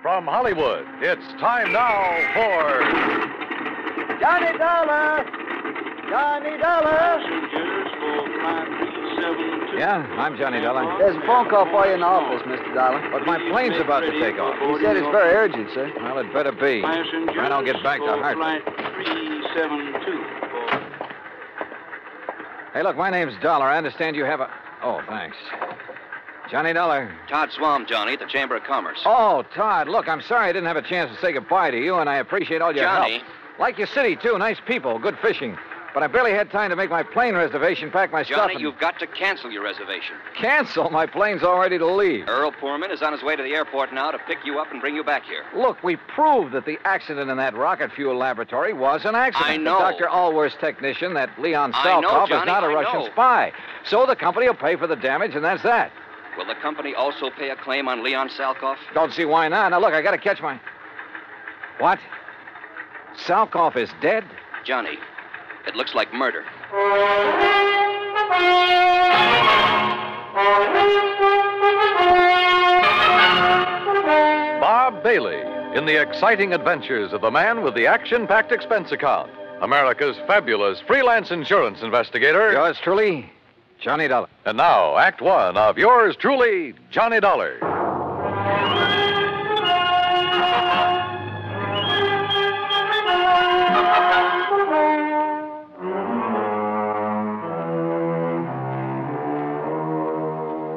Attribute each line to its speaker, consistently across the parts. Speaker 1: From Hollywood, it's time now for
Speaker 2: Johnny Dollar! Johnny Dollar!
Speaker 3: Yeah, I'm Johnny Dollar.
Speaker 2: There's a phone call for you in the office, Mr. Dollar.
Speaker 3: But my plane's about to take off.
Speaker 2: He said it's very urgent, sir.
Speaker 3: Well, it better be. If I don't get back to Hartford. Hey, look, my name's Dollar. I understand you have a. Oh, thanks. Johnny Dollar.
Speaker 4: Todd Swam, Johnny, at the Chamber of Commerce.
Speaker 3: Oh, Todd, look, I'm sorry I didn't have a chance to say goodbye to you, and I appreciate all your
Speaker 4: Johnny.
Speaker 3: help. Like your city, too. Nice people, good fishing. But I barely had time to make my plane reservation, pack my stuff,
Speaker 4: Johnny,
Speaker 3: and
Speaker 4: you've got to cancel your reservation.
Speaker 3: cancel. My plane's all ready to leave.
Speaker 4: Earl Poorman is on his way to the airport now to pick you up and bring you back here.
Speaker 3: Look, we proved that the accident in that rocket fuel laboratory was an accident.
Speaker 4: I know.
Speaker 3: The Dr. Allworth's technician, that Leon
Speaker 4: I know,
Speaker 3: Salkov, is
Speaker 4: Johnny,
Speaker 3: not a
Speaker 4: I
Speaker 3: Russian
Speaker 4: know.
Speaker 3: spy. So the company will pay for the damage, and that's that.
Speaker 4: Will the company also pay a claim on Leon Salkoff?
Speaker 3: Don't see why not. Now, look, I got to catch my. What? Salkov is dead?
Speaker 4: Johnny, it looks like murder.
Speaker 1: Bob Bailey in the exciting adventures of the man with the action packed expense account. America's fabulous freelance insurance investigator.
Speaker 3: Yours truly, Johnny Dollar.
Speaker 1: And now, Act One of yours truly, Johnny Dollar.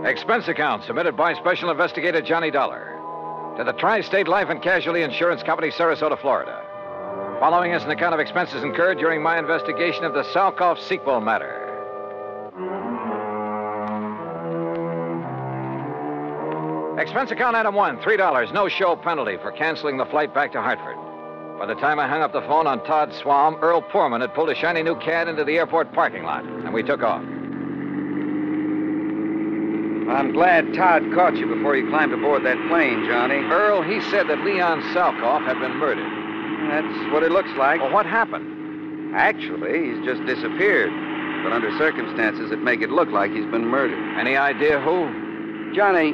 Speaker 3: Expense account submitted by Special Investigator Johnny Dollar to the Tri State Life and Casualty Insurance Company, Sarasota, Florida. Following is an account of expenses incurred during my investigation of the Salkov sequel matter. Expense account item one $3, no show penalty for canceling the flight back to Hartford. By the time I hung up the phone on Todd Swam, Earl Poorman had pulled a shiny new cad into the airport parking lot, and we took off.
Speaker 2: I'm glad Todd caught you before you climbed aboard that plane, Johnny.
Speaker 3: Earl, he said that Leon Salkoff had been murdered.
Speaker 2: That's what it looks like.
Speaker 3: Well, what happened?
Speaker 2: Actually, he's just disappeared. But under circumstances that make it look like he's been murdered.
Speaker 3: Any idea who?
Speaker 2: Johnny,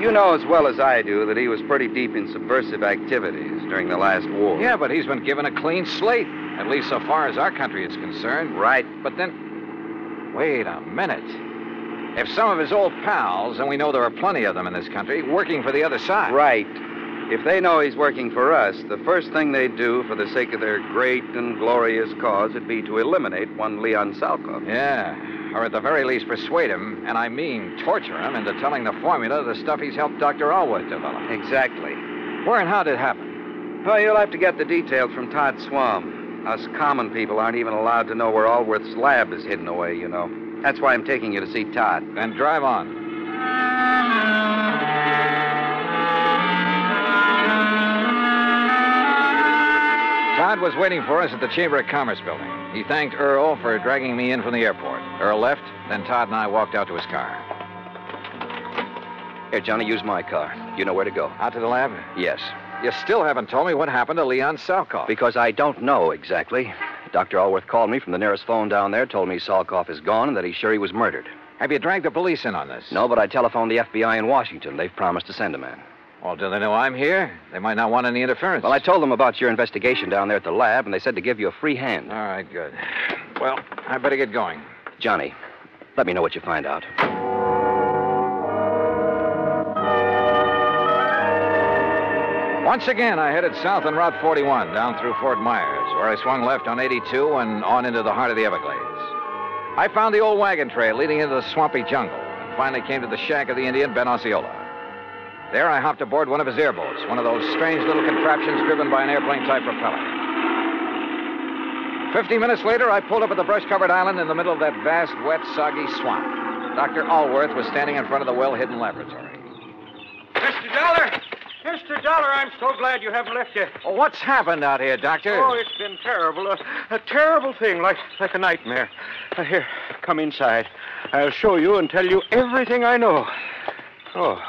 Speaker 2: you know as well as I do that he was pretty deep in subversive activities during the last war.
Speaker 3: Yeah, but he's been given a clean slate, at least so far as our country is concerned.
Speaker 2: Right.
Speaker 3: But then, wait a minute. If some of his old pals, and we know there are plenty of them in this country, working for the other side.
Speaker 2: Right. If they know he's working for us, the first thing they'd do for the sake of their great and glorious cause would be to eliminate one Leon Salkov.
Speaker 3: Yeah, or at the very least persuade him, and I mean torture him, into telling the formula of the stuff he's helped Dr. Allworth develop.
Speaker 2: Exactly.
Speaker 3: Where and how did it happen?
Speaker 2: Well, you'll have to get the details from Todd Swam. Us common people aren't even allowed to know where Allworth's lab is hidden away, you know. That's why I'm taking you to see Todd.
Speaker 3: Then drive on. Todd was waiting for us at the Chamber of Commerce building. He thanked Earl for dragging me in from the airport. Earl left, then Todd and I walked out to his car.
Speaker 4: Here, Johnny, use my car. You know where to go.
Speaker 3: Out to the lab?
Speaker 4: Yes,
Speaker 3: You still haven't told me what happened to Leon Salkoff.
Speaker 4: because I don't know exactly. Dr. Allworth called me from the nearest phone down there, told me Salkoff is gone, and that he's sure he was murdered.
Speaker 3: Have you dragged the police in on this?
Speaker 4: No, but I telephoned the FBI in Washington. They've promised to send a man.
Speaker 3: Well, do they know I'm here? They might not want any interference.
Speaker 4: Well, I told them about your investigation down there at the lab, and they said to give you a free hand.
Speaker 3: All right, good. Well, I better get going.
Speaker 4: Johnny, let me know what you find out.
Speaker 3: Once again, I headed south on Route 41, down through Fort Myers, where I swung left on 82 and on into the heart of the Everglades. I found the old wagon trail leading into the swampy jungle, and finally came to the shack of the Indian Ben Osceola. There, I hopped aboard one of his airboats, one of those strange little contraptions driven by an airplane-type propeller. Fifty minutes later, I pulled up at the brush-covered island in the middle of that vast, wet, soggy swamp. Dr. Allworth was standing in front of the well-hidden laboratory.
Speaker 5: Mr. Dollar! Mr. Dollar, I'm so glad you haven't left yet.
Speaker 3: Oh, what's happened out here, Doctor?
Speaker 5: Oh, it's been terrible. A, a terrible thing, like, like a nightmare. Uh, here, come inside. I'll show you and tell you everything I know. Oh.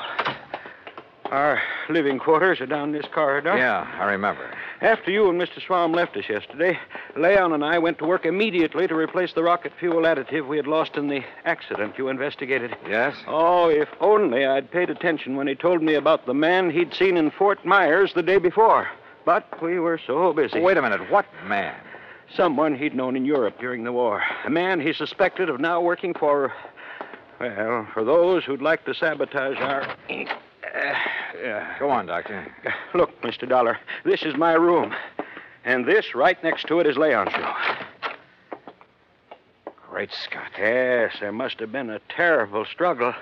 Speaker 5: Our living quarters are down this corridor.
Speaker 3: Yeah, I remember.
Speaker 5: After you and Mr. Swam left us yesterday, Leon and I went to work immediately to replace the rocket fuel additive we had lost in the accident you investigated.
Speaker 3: Yes?
Speaker 5: Oh, if only I'd paid attention when he told me about the man he'd seen in Fort Myers the day before. But we were so busy.
Speaker 3: Wait a minute. What man?
Speaker 5: Someone he'd known in Europe during the war. A man he suspected of now working for. Well, for those who'd like to sabotage our. yeah.
Speaker 3: Go on, Doctor.
Speaker 5: Look, Mr. Dollar, this is my room. And this right next to it is Leon's room.
Speaker 3: Great Scott.
Speaker 5: Yes, there must have been a terrible struggle.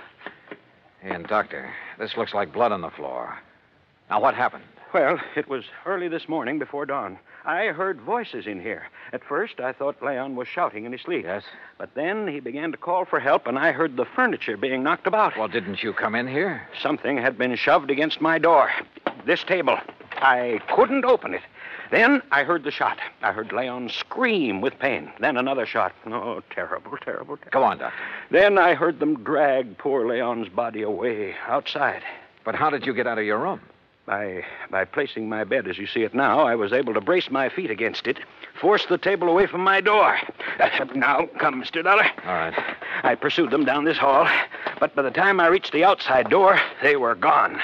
Speaker 3: And, Doctor, this looks like blood on the floor. Now, what happened?
Speaker 5: Well, it was early this morning before dawn. I heard voices in here. At first, I thought Leon was shouting in his sleep.
Speaker 3: Yes?
Speaker 5: But then he began to call for help, and I heard the furniture being knocked about.
Speaker 3: Well, didn't you come in here?
Speaker 5: Something had been shoved against my door. This table. I couldn't open it. Then I heard the shot. I heard Leon scream with pain. Then another shot. Oh, terrible, terrible, terrible.
Speaker 3: Go on, Doctor.
Speaker 5: Then I heard them drag poor Leon's body away outside.
Speaker 3: But how did you get out of your room?
Speaker 5: By, by placing my bed as you see it now, I was able to brace my feet against it, force the table away from my door. now, come, Mr. Dollar.
Speaker 3: All right.
Speaker 5: I pursued them down this hall, but by the time I reached the outside door, they were gone.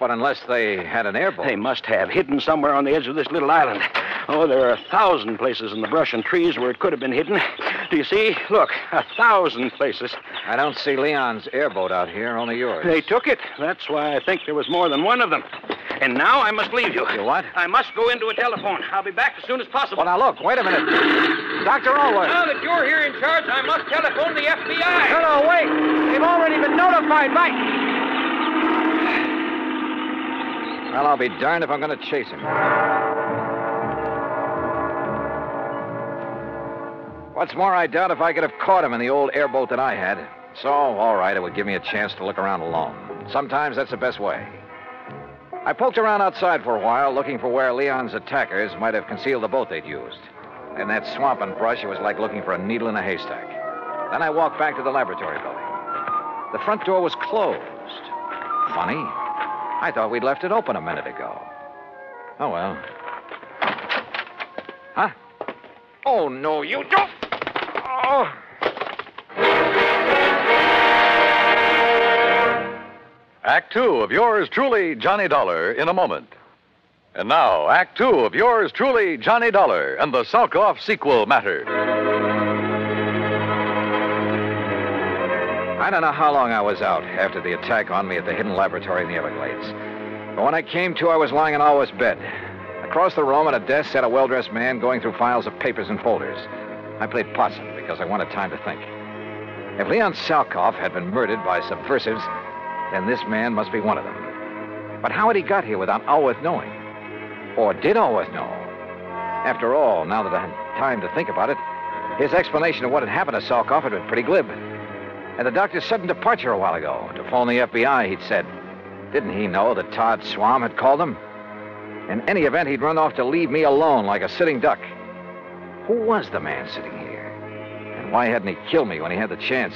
Speaker 3: But unless they had an airboat.
Speaker 5: They must have, hidden somewhere on the edge of this little island. Oh, there are a thousand places in the brush and trees where it could have been hidden. Do you see? Look, a thousand places.
Speaker 3: I don't see Leon's airboat out here, only yours.
Speaker 5: They took it. That's why I think there was more than one of them. And now I must leave you.
Speaker 3: You what?
Speaker 5: I must go into a telephone. I'll be back as soon as possible.
Speaker 3: Well, now look, wait a minute. Dr. Allworth.
Speaker 5: Now that you're here in charge, I must telephone the FBI.
Speaker 3: No, no, wait. They've already been notified. Bye. Well, I'll be darned if I'm going to chase him. What's more, I doubt if I could have caught him in the old airboat that I had. So, all right, it would give me a chance to look around alone. Sometimes that's the best way. I poked around outside for a while, looking for where Leon's attackers might have concealed the boat they'd used. In that swamp and brush, it was like looking for a needle in a haystack. Then I walked back to the laboratory building. The front door was closed. Funny. I thought we'd left it open a minute ago. Oh, well. Huh? Oh, no, you don't. Oh.
Speaker 1: Act two of yours truly, Johnny Dollar, in a moment. And now, Act two of yours truly, Johnny Dollar, and the Salkoff sequel matter.
Speaker 3: I don't know how long I was out after the attack on me at the hidden laboratory in the Everglades. But when I came to, I was lying in Alwa's bed. Across the room at a desk sat a well dressed man going through files of papers and folders. I played possum because I wanted time to think. If Leon Salkoff had been murdered by subversives, then this man must be one of them. But how had he got here without Alworth knowing? Or did Alworth know? After all, now that I had time to think about it, his explanation of what had happened to Salkoff had been pretty glib. And the doctor's sudden departure a while ago to phone the FBI, he'd said. Didn't he know that Todd Swam had called him? In any event, he'd run off to leave me alone like a sitting duck. Who was the man sitting here? And why hadn't he killed me when he had the chance?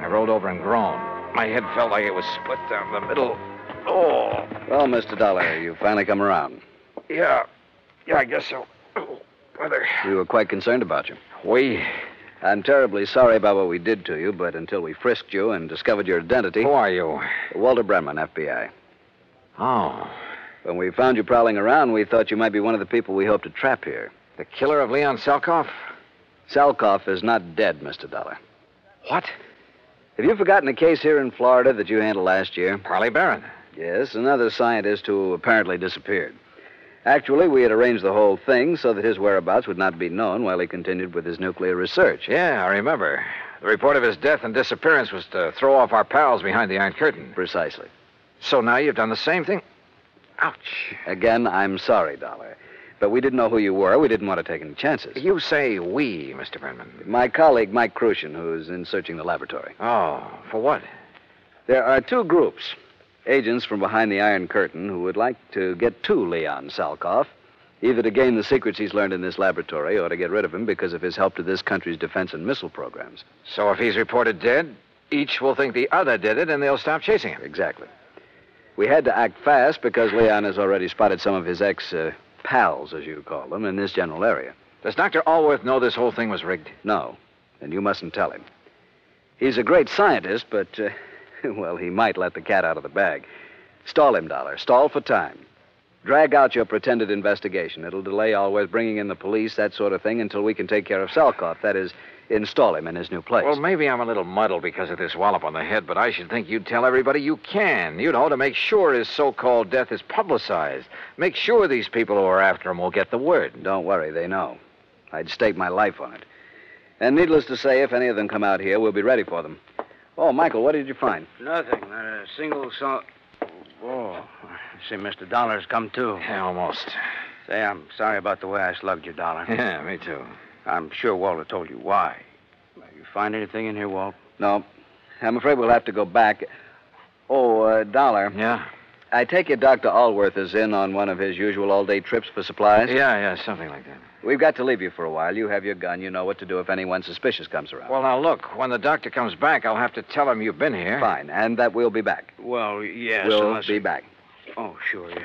Speaker 3: I rolled over and groaned. My head felt like it was split down the middle. Oh,
Speaker 2: Well, Mr. Dollar, you finally come around.
Speaker 3: yeah. Yeah, I guess so. Oh, brother.
Speaker 2: We were quite concerned about you.
Speaker 3: We.
Speaker 2: I'm terribly sorry about what we did to you, but until we frisked you and discovered your identity,
Speaker 3: Who are you?
Speaker 2: Walter Brenman, FBI.
Speaker 3: Oh,
Speaker 2: When we found you prowling around, we thought you might be one of the people we hoped to trap here.
Speaker 3: the killer of Leon Selkoff?
Speaker 2: Salkoff is not dead, Mr. Dollar.
Speaker 3: What?
Speaker 2: Have you forgotten a case here in Florida that you handled last year?
Speaker 3: Parley Barron.
Speaker 2: Yes, another scientist who apparently disappeared. Actually, we had arranged the whole thing so that his whereabouts would not be known while he continued with his nuclear research.
Speaker 3: Yeah, I remember. The report of his death and disappearance was to throw off our pals behind the Iron Curtain.
Speaker 2: Precisely.
Speaker 3: So now you've done the same thing? Ouch.
Speaker 2: Again, I'm sorry, Dollar. But we didn't know who you were. We didn't want to take any chances.
Speaker 3: You say we, Mr. Brenman.
Speaker 2: My colleague, Mike Crucian, who's in searching the laboratory.
Speaker 3: Oh, for what?
Speaker 2: There are two groups agents from behind the Iron Curtain who would like to get to Leon Salkoff, either to gain the secrets he's learned in this laboratory or to get rid of him because of his help to this country's defense and missile programs.
Speaker 3: So if he's reported dead, each will think the other did it and they'll stop chasing him.
Speaker 2: Exactly. We had to act fast because Leon has already spotted some of his ex uh, pals, as you call them, in this general area.
Speaker 3: Does Dr. Allworth know this whole thing was rigged?
Speaker 2: No, and you mustn't tell him. He's a great scientist, but, uh, well, he might let the cat out of the bag. Stall him, Dollar. Stall for time. Drag out your pretended investigation. It'll delay always bringing in the police, that sort of thing, until we can take care of Salkoff. That is, install him in his new place.
Speaker 3: Well, maybe I'm a little muddled because of this wallop on the head, but I should think you'd tell everybody you can, you know, to make sure his so called death is publicized. Make sure these people who are after him will get the word.
Speaker 2: Don't worry, they know. I'd stake my life on it. And needless to say, if any of them come out here, we'll be ready for them. Oh, Michael, what did you find?
Speaker 6: Nothing. Not a single song. Oh, I see, Mr. Dollar's come too.
Speaker 3: Yeah, almost.
Speaker 6: Say, I'm sorry about the way I slugged you, Dollar.
Speaker 3: Yeah, me too.
Speaker 6: I'm sure Walter told you why. You find anything in here, Walt?
Speaker 2: No. I'm afraid we'll have to go back. Oh, uh, Dollar,
Speaker 3: Yeah?
Speaker 2: I take it Dr. Allworth is in on one of his usual all day trips for supplies.
Speaker 3: Yeah, yeah, something like that.
Speaker 2: We've got to leave you for a while. You have your gun. You know what to do if anyone suspicious comes around.
Speaker 3: Well, now look, when the doctor comes back, I'll have to tell him you've been here.
Speaker 2: Fine, and that we'll be back.
Speaker 6: Well, yes.
Speaker 2: we'll
Speaker 6: unless-
Speaker 2: be back.
Speaker 6: Oh, sure, yeah.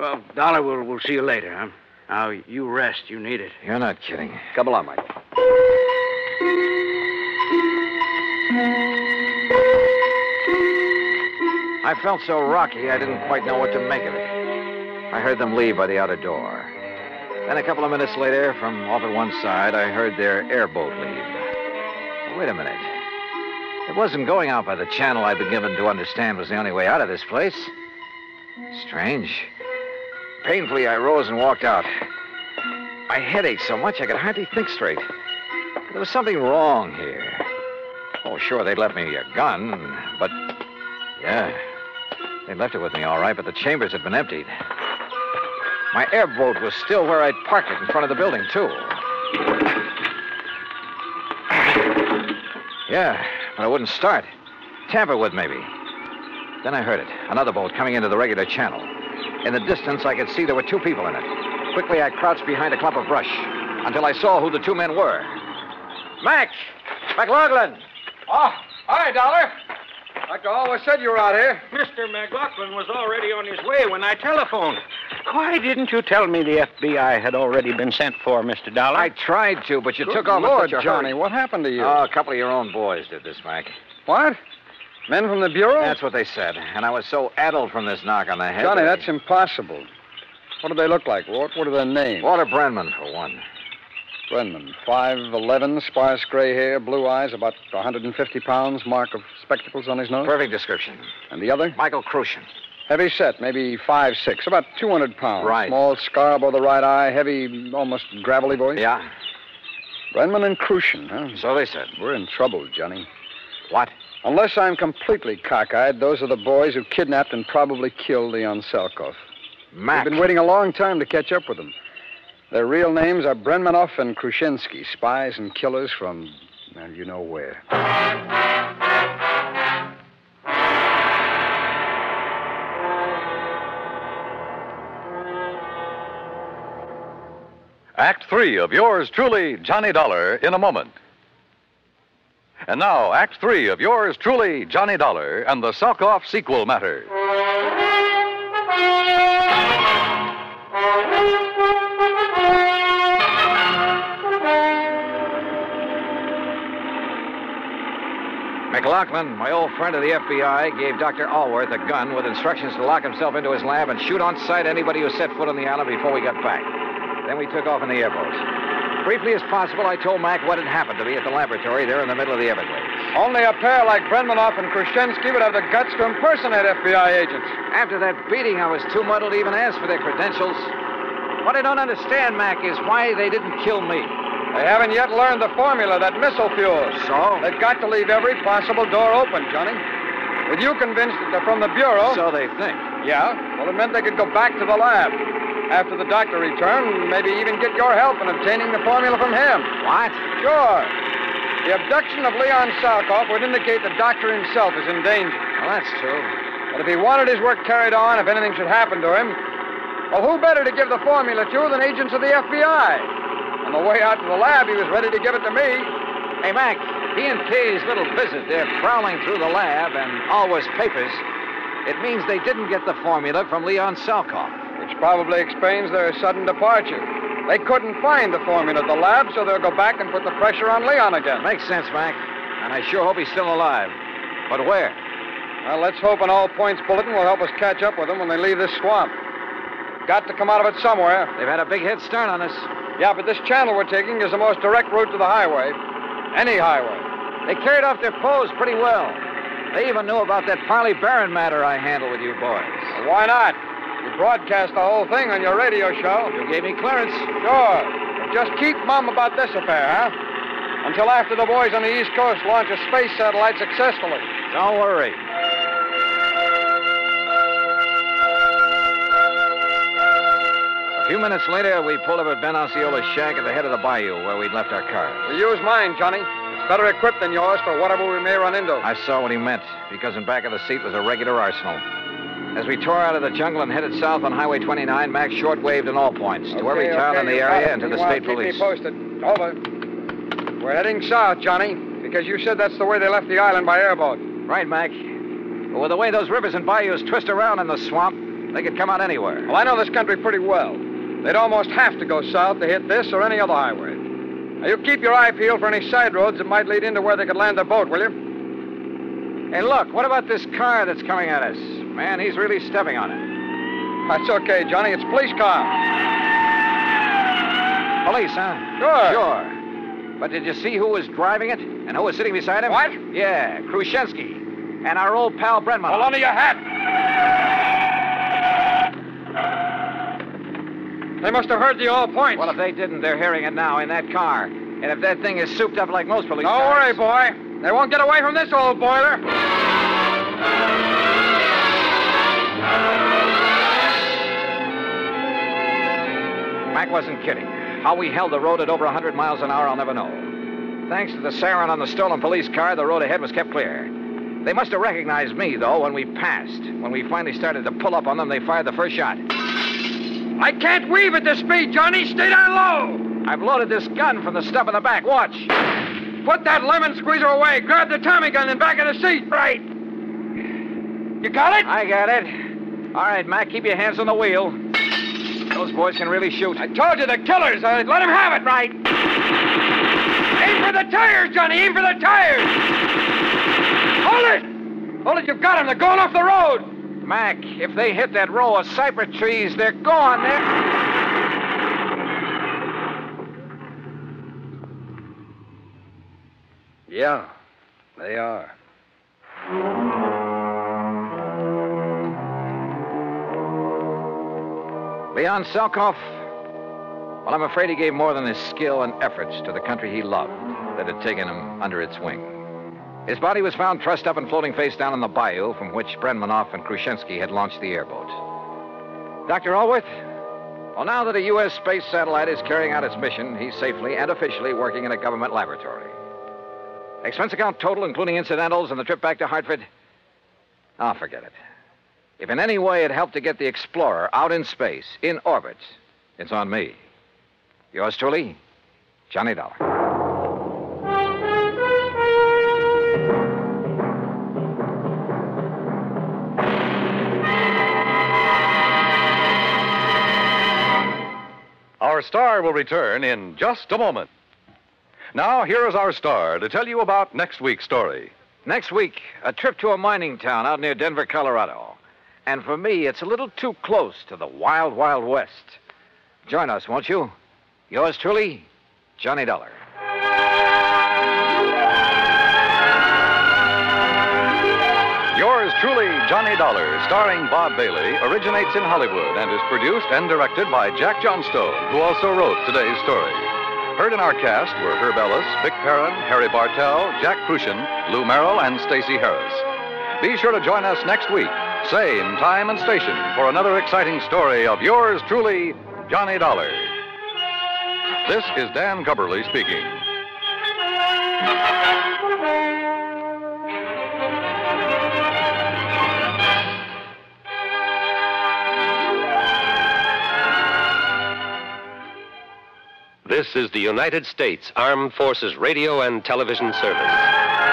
Speaker 6: Well, Dollar, we'll, we'll see you later, huh? Now, you rest. You need it.
Speaker 3: You're not kidding.
Speaker 2: Come along, Michael.
Speaker 3: I felt so rocky I didn't quite know what to make of it. I heard them leave by the outer door. Then a couple of minutes later, from off at one side, I heard their airboat leave. Wait a minute. It wasn't going out by the channel I'd been given to understand was the only way out of this place. Strange. Painfully, I rose and walked out. My head ached so much I could hardly think straight. There was something wrong here. Oh, sure, they'd left me a gun, but. Yeah. They left it with me, all right, but the chambers had been emptied. My airboat was still where I'd parked it in front of the building, too. Yeah, but I wouldn't start. Tamper with, maybe. Then I heard it another boat coming into the regular channel. In the distance, I could see there were two people in it. Quickly, I crouched behind a clump of brush until I saw who the two men were. Max! McLaughlin! Oh, hi, Dollar. Dr. Always said you were out here.
Speaker 5: Mr. McLaughlin was already on his way when I telephoned. Why didn't you tell me the FBI had already been sent for, Mr. Dollar?
Speaker 3: I tried to, but you
Speaker 5: Good
Speaker 3: took off
Speaker 5: Lord,
Speaker 3: in such a
Speaker 5: Johnny,
Speaker 3: hurry.
Speaker 5: what happened to you?
Speaker 3: Oh, a couple of your own boys did this, Mac.
Speaker 5: what? Men from the Bureau?
Speaker 3: That's what they said. And I was so addled from this knock on the head.
Speaker 5: Johnny,
Speaker 3: that-
Speaker 5: that's impossible. What do they look like, Walt? What are their names?
Speaker 3: Walter Brenman, for one.
Speaker 5: Brenman, 5'11, sparse gray hair, blue eyes, about 150 pounds, mark of spectacles on his nose.
Speaker 3: Perfect description.
Speaker 5: And the other?
Speaker 3: Michael Crucian.
Speaker 5: Heavy set, maybe 5'6, about 200 pounds.
Speaker 3: Right.
Speaker 5: Small scar above the right eye, heavy, almost gravelly voice.
Speaker 3: Yeah,
Speaker 5: Brenman and Crucian, huh?
Speaker 3: so they said.
Speaker 5: We're in trouble, Johnny.
Speaker 3: What?
Speaker 5: Unless I'm completely cockeyed, those are the boys who kidnapped and probably killed Leon Selkoff.
Speaker 3: Mac.
Speaker 5: We've been waiting a long time to catch up with them. Their real names are Brenmanoff and Krushinsky, spies and killers from, well, you know where.
Speaker 1: Act three of yours truly, Johnny Dollar, in a moment. And now, Act three of yours truly, Johnny Dollar, and the Salkoff sequel matter.
Speaker 3: McLaughlin, my old friend of the FBI, gave Dr. Allworth a gun with instructions to lock himself into his lab and shoot on sight anybody who set foot on the island before we got back. Then we took off in the airboat. Briefly as possible, I told Mac what had happened to me at the laboratory there in the middle of the Everglades.
Speaker 5: Only a pair like Brenmanoff and Krushinsky would have the guts to impersonate FBI agents.
Speaker 3: After that beating, I was too muddled to even ask for their credentials. What I don't understand, Mac, is why they didn't kill me.
Speaker 5: They haven't yet learned the formula that missile fuels.
Speaker 3: So?
Speaker 5: They've got to leave every possible door open, Johnny. With you convinced that they're from the Bureau.
Speaker 3: So they think.
Speaker 5: Yeah, well, it meant they could go back to the lab. After the doctor returned, maybe even get your help in obtaining the formula from him.
Speaker 3: What?
Speaker 5: Sure. The abduction of Leon Salkoff would indicate the doctor himself is in danger.
Speaker 3: Well, that's true.
Speaker 5: But if he wanted his work carried on, if anything should happen to him, well, who better to give the formula to than agents of the FBI? On the way out to the lab, he was ready to give it to me.
Speaker 3: Hey, Mac, he and Kay's little visit, they're prowling through the lab and Alwa's papers. It means they didn't get the formula from Leon Salkoff.
Speaker 7: Which probably explains their sudden departure. They couldn't find the formula at the lab, so they'll go back and put the pressure on Leon again.
Speaker 3: Makes sense, Mac. And I sure hope he's still alive. But where?
Speaker 7: Well, let's hope an all points bulletin will help us catch up with them when they leave this swamp. Got to come out of it somewhere.
Speaker 3: They've had a big head start on us.
Speaker 7: Yeah, but this channel we're taking is the most direct route to the highway. Any highway.
Speaker 3: They carried off their foes pretty well. They even knew about that Parley Barron matter I handled with you boys.
Speaker 7: Why not? You broadcast the whole thing on your radio show.
Speaker 3: You gave me clearance.
Speaker 7: Sure. But Just keep mum about this affair, huh? Until after the boys on the East Coast launch a space satellite successfully.
Speaker 3: Don't worry. A few minutes later, we pulled up at Ben Osceola's shack at the head of the bayou where we'd left our cars.
Speaker 7: We use mine, Johnny. It's better equipped than yours for whatever we may run into.
Speaker 3: I saw what he meant, because in back of the seat was a regular arsenal. As we tore out of the jungle and headed south on Highway 29, Max short-waved in all points to every
Speaker 7: Okay,
Speaker 3: town
Speaker 7: okay,
Speaker 3: in the
Speaker 7: you got
Speaker 3: area
Speaker 7: it.
Speaker 3: and to
Speaker 7: You
Speaker 3: the
Speaker 7: wanna
Speaker 3: state police.
Speaker 7: Keep me posted. Over. We're heading south, Johnny, because you said that's the way they left the island by airboat.
Speaker 3: Right, Mac. But with the way those rivers and bayous twist around in the swamp, they could come out anywhere.
Speaker 7: Well, I know this country pretty well. They'd almost have to go south to hit this or any other highway. Now, you keep your eye peeled for any side roads that might lead into where they could land their boat, will you?
Speaker 3: Hey, look, what about this car that's coming at us? Man, he's really stepping on it.
Speaker 7: That's okay, Johnny. It's police car.
Speaker 3: Police, huh?
Speaker 7: Sure.
Speaker 3: Sure. But did you see who was driving it and who was sitting beside him?
Speaker 7: What?
Speaker 3: Yeah, Khrushchevsky and our old pal Brenman.
Speaker 7: Hold on to your hat. They must have heard the all points.
Speaker 3: Well, if they didn't, they're hearing it now in that car. And if that thing is souped up like most police
Speaker 7: Don't worry,
Speaker 3: cars...
Speaker 7: boy. They won't get away from this old boiler.
Speaker 3: Mac wasn't kidding. How we held the road at over 100 miles an hour, I'll never know. Thanks to the siren on the stolen police car, the road ahead was kept clear. They must have recognized me, though, when we passed. When we finally started to pull up on them, they fired the first shot.
Speaker 7: I can't weave at this speed, Johnny. Stay down
Speaker 3: I've loaded this gun from the stuff in the back. Watch.
Speaker 7: low. Put that lemon squeezer away. Grab the Tommy gun in back of the seat. Right. You got it?
Speaker 3: I got it. All right, Mac, keep your hands on the wheel. Those boys can really shoot.
Speaker 7: I told you the killers. I let him have it. Right. Aim for the tires, Johnny. Aim for the tires. Hold it. Hold it. You've got them. They're going off the road.
Speaker 3: Mac, if they hit that row of cypress trees, they're gone. They're...
Speaker 4: Yeah, they are.
Speaker 3: Leon Selkoff? Well, I'm afraid he gave more than his skill and efforts to the country he loved that had taken him under its wing. His body was found trussed up and floating face down in the bayou from which Brenmanoff and Khrushchevsky had launched the airboat. Dr. Allworth? Well, now that a U.S. space satellite is carrying out its mission, he's safely and officially working in a government laboratory. Expense account total, including incidentals and the trip back to Hartford? Ah, forget it. If in any way it helped to get the Explorer out in space, in orbit, it's on me. Yours truly, Johnny Dollar.
Speaker 1: Our star will return in just a moment. Now, here is our star to tell you about next week's story.
Speaker 3: Next week, a trip to a mining town out near Denver, Colorado. And for me, it's a little too close to the wild, wild west. Join us, won't you? Yours truly, Johnny Dollar.
Speaker 1: Yours truly, Johnny Dollar, starring Bob Bailey, originates in Hollywood and is produced and directed by Jack Johnstone, who also wrote today's story. Heard in our cast were Herb Ellis, Vic Perrin, Harry Bartell, Jack Crucian, Lou Merrill, and Stacy Harris. Be sure to join us next week, same time and station, for another exciting story of yours truly, Johnny Dollar. This is Dan Gubberly speaking.
Speaker 8: This is the United States Armed Forces Radio and Television Service.